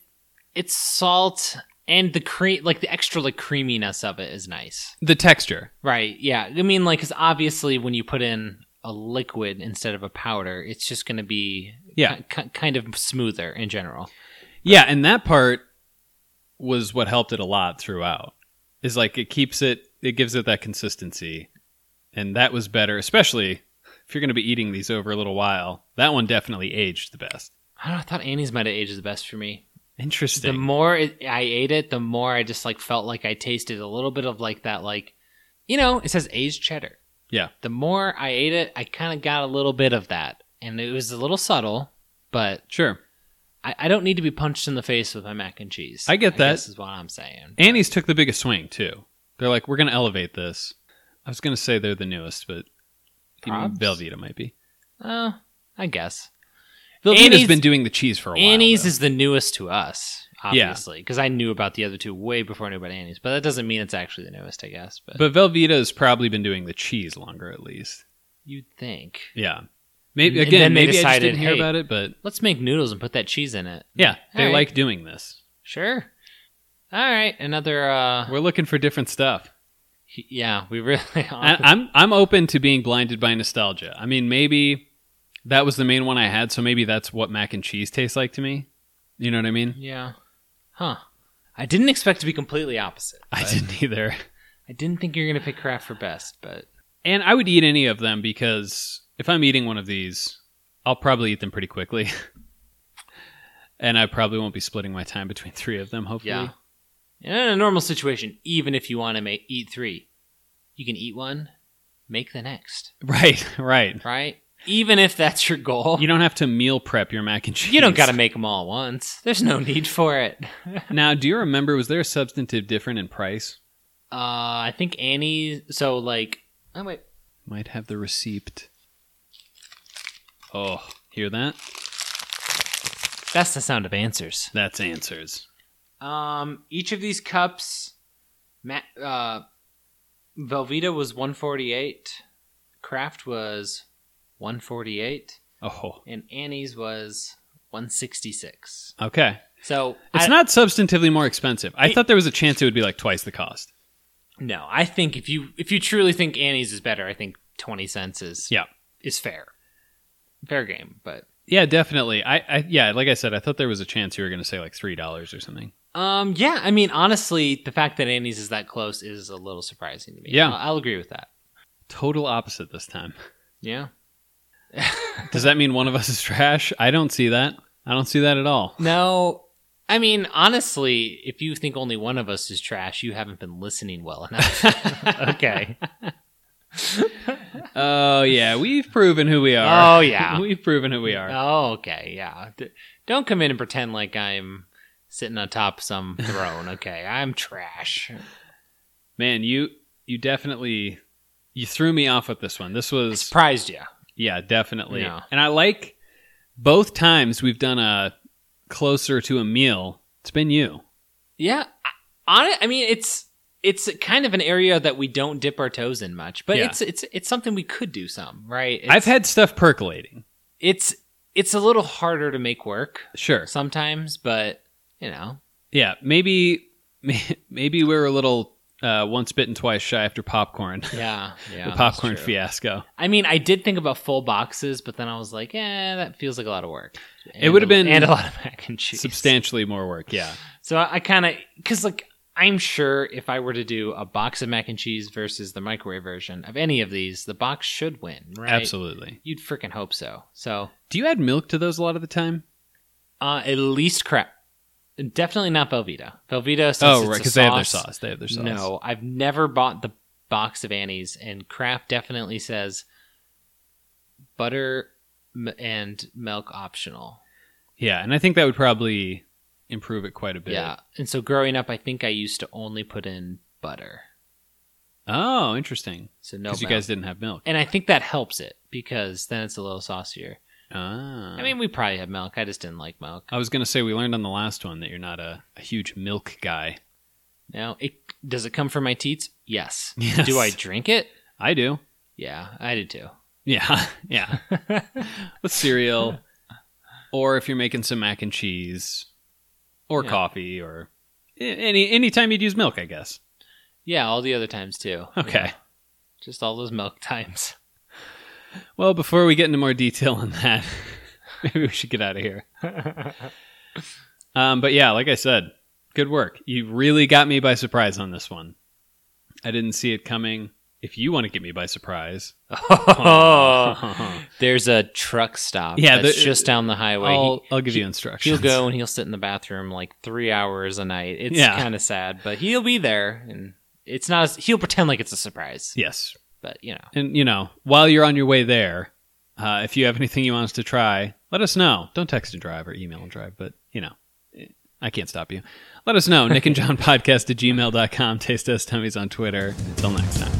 It's salt and the cream, like the extra like creaminess of it is nice.
The texture.
Right. Yeah. I mean, like, because obviously when you put in a liquid instead of a powder, it's just going to be
Yeah.
ki- ki- kind of smoother in general.
Yeah, and that part was what helped it a lot throughout. Is like it keeps it it gives it that consistency. And that was better, especially if you're gonna be eating these over a little while. That one definitely aged the best.
I don't know, I thought Annie's might have aged the best for me.
Interesting.
The more it, I ate it, the more I just like felt like I tasted a little bit of like that like, you know, it says aged cheddar.
Yeah.
The more I ate it, I kind of got a little bit of that, and it was a little subtle, but
Sure.
I, I don't need to be punched in the face with my mac and cheese.
I get that.
This is what I'm saying.
Annie's took the biggest swing too. They're like, we're gonna elevate this. I was gonna say they're the newest, but even
Probs?
Velveeta might be.
Uh, I guess.
Annie's
Annie's-
been doing the cheese for a while.
Annie's
though.
is the newest to us,
Yeah.
obviously, because I knew about the other two way before I knew about Annie's. But that doesn't mean it's actually the newest, I guess. But,
but Velveeta's probably been doing the cheese longer, at least.
you'd think
Yeah. Maybe
And
again,
then they
maybe I just
decided,
didn't hear
hey-
about it, but
let's make noodles and put that cheese in it.
yeah, they
Alright.
like doing this.
Sure. All right, another. uh
We're looking for different stuff.
he- Yeah, we really.
I, I'm I'm open to being blinded by nostalgia. I mean, maybe that was the main one I had, so maybe that's what mac and cheese tastes like to me. You know what I mean?
yeah. Huh. I didn't expect to be completely opposite.
I
but
didn't either.
I didn't think you were gonna pick Kraft for best, but
And I would eat any of them because if I'm eating one of these, I'll probably eat them pretty quickly. and I probably won't be splitting my time between three of them, hopefully.
yeah. And in a normal situation, even if you want to make eat three, you can eat one, make the next.
Right, right.
right? Even if that's your goal,
You
you,
don't have to meal prep your mac and cheese.
don't got to make them all once. There's no need for it. uh,
Now, do you remember, was there a substantive difference in price?
Uh, I think Annie. So like, oh wait,
Might have the receipt. Oh, hear that?
that's the sound of answers.
That's answers.
Um, each of these cups Matt, uh, Velveeta was 148. Kraft was 148.
Oh,
And Annie's was 166.
okay.
So
It's
I-
not substantively more expensive. I thought there was a chance it would be like twice the cost.
No, I think if you if you truly think Annie's is better, I think twenty cents is
Yeah.
is fair, fair game. But
Yeah, definitely. I, I yeah, like I said, I thought there was a chance you were going to say like three dollars or something.
um, yeah, I mean, honestly, the fact that Annie's is that close is a little surprising to me.
Yeah.
I'll, I'll agree with that.
Total opposite this time.
Yeah,
Does that mean one of us is trash? I don't see that. I don't see that at all.
no, I mean, honestly, if you think only one of us is trash, you haven't been listening well enough. okay.
Oh yeah, we've proven who we are.
Oh yeah.
we've proven who we are.
Oh okay. Yeah. D- don't come in and pretend like I'm sitting on top of some throne. Okay, I'm trash.
Man, you you definitely you threw me off with this one. This was
Surprised you.
yeah, definitely.
No.
And I like both times we've done a closer to a meal. It's been you.
Yeah, on it. I mean, it's it's kind of an area that we don't dip our toes in much, but
Yeah.
it's it's it's something we could do some, right? It's,
I've had stuff percolating.
it's it's a little harder to make work
Sure.
sometimes, but you know,
Yeah, maybe may- maybe we're a little uh, once bitten twice shy after popcorn.
yeah, yeah,
the
that's
popcorn
true.
fiasco.
I mean, I did think about full boxes, but then I was like, eh, that feels like a lot of work. And a-
would've been
and a lot of mac and cheese.
Substantially more work. Yeah.
So I, I kind of because like I'm sure if I were to do a box of mac and cheese versus the microwave version of any of these, the box should win, right?
Absolutely.
You'd freaking hope so. So,
Do you add milk to those a lot of the time?
uh, at least crap. Definitely not Velveeta. Velveeta. Since
oh,
it's
right,
a
because they have their sauce. They have their sauce.
No, I've never bought the box of Annie's, and Kraft definitely says butter m- and milk optional.
Yeah, and I think that would probably improve it quite a bit.
Yeah, and so growing up, I think I used to only put in butter,
Oh, interesting.
so no.
Because
Milk.
you guys didn't have milk.
and I think that helps it because then it's a little saucier.
Ah.
I mean, we probably had milk. I just didn't like milk.
I was gonna say we learned on the last one that you're not a, a huge milk guy.
Now, it does it come from my teats? Yes.
Yes.
Do I drink it?
I do.
Yeah, I did too.
Yeah, yeah. With cereal, or if you're making some mac and cheese, or
Yeah.
coffee, or a- any any time you'd use milk, I guess.
Yeah, all the other times too.
Okay.
Yeah, just all those milk times.
Well, before we get into more detail on that, maybe we should get out of here. um, but yeah, like I said, good work. You really got me by surprise on this one. I didn't see it coming. If you want to get me by surprise,
There's a truck stop.
Yeah,
that's
the-
just down the highway.
I'll, I'll give
he- He,
you
will
instructions.
go and he'll sit in the bathroom like three hours a night. It's
Yeah.
kind of sad, but he'll be there, and it's not. As, he'll pretend like it's a surprise,
Yes,
but you know,
and you know, while you're on your way there, uh, if you have anything you want us to try, let us know. Don't text and drive or email and drive, but you know, I can't stop you. Let us know. Nick and John podcast at gmail.com. Taste us tummies on Twitter. Until next time.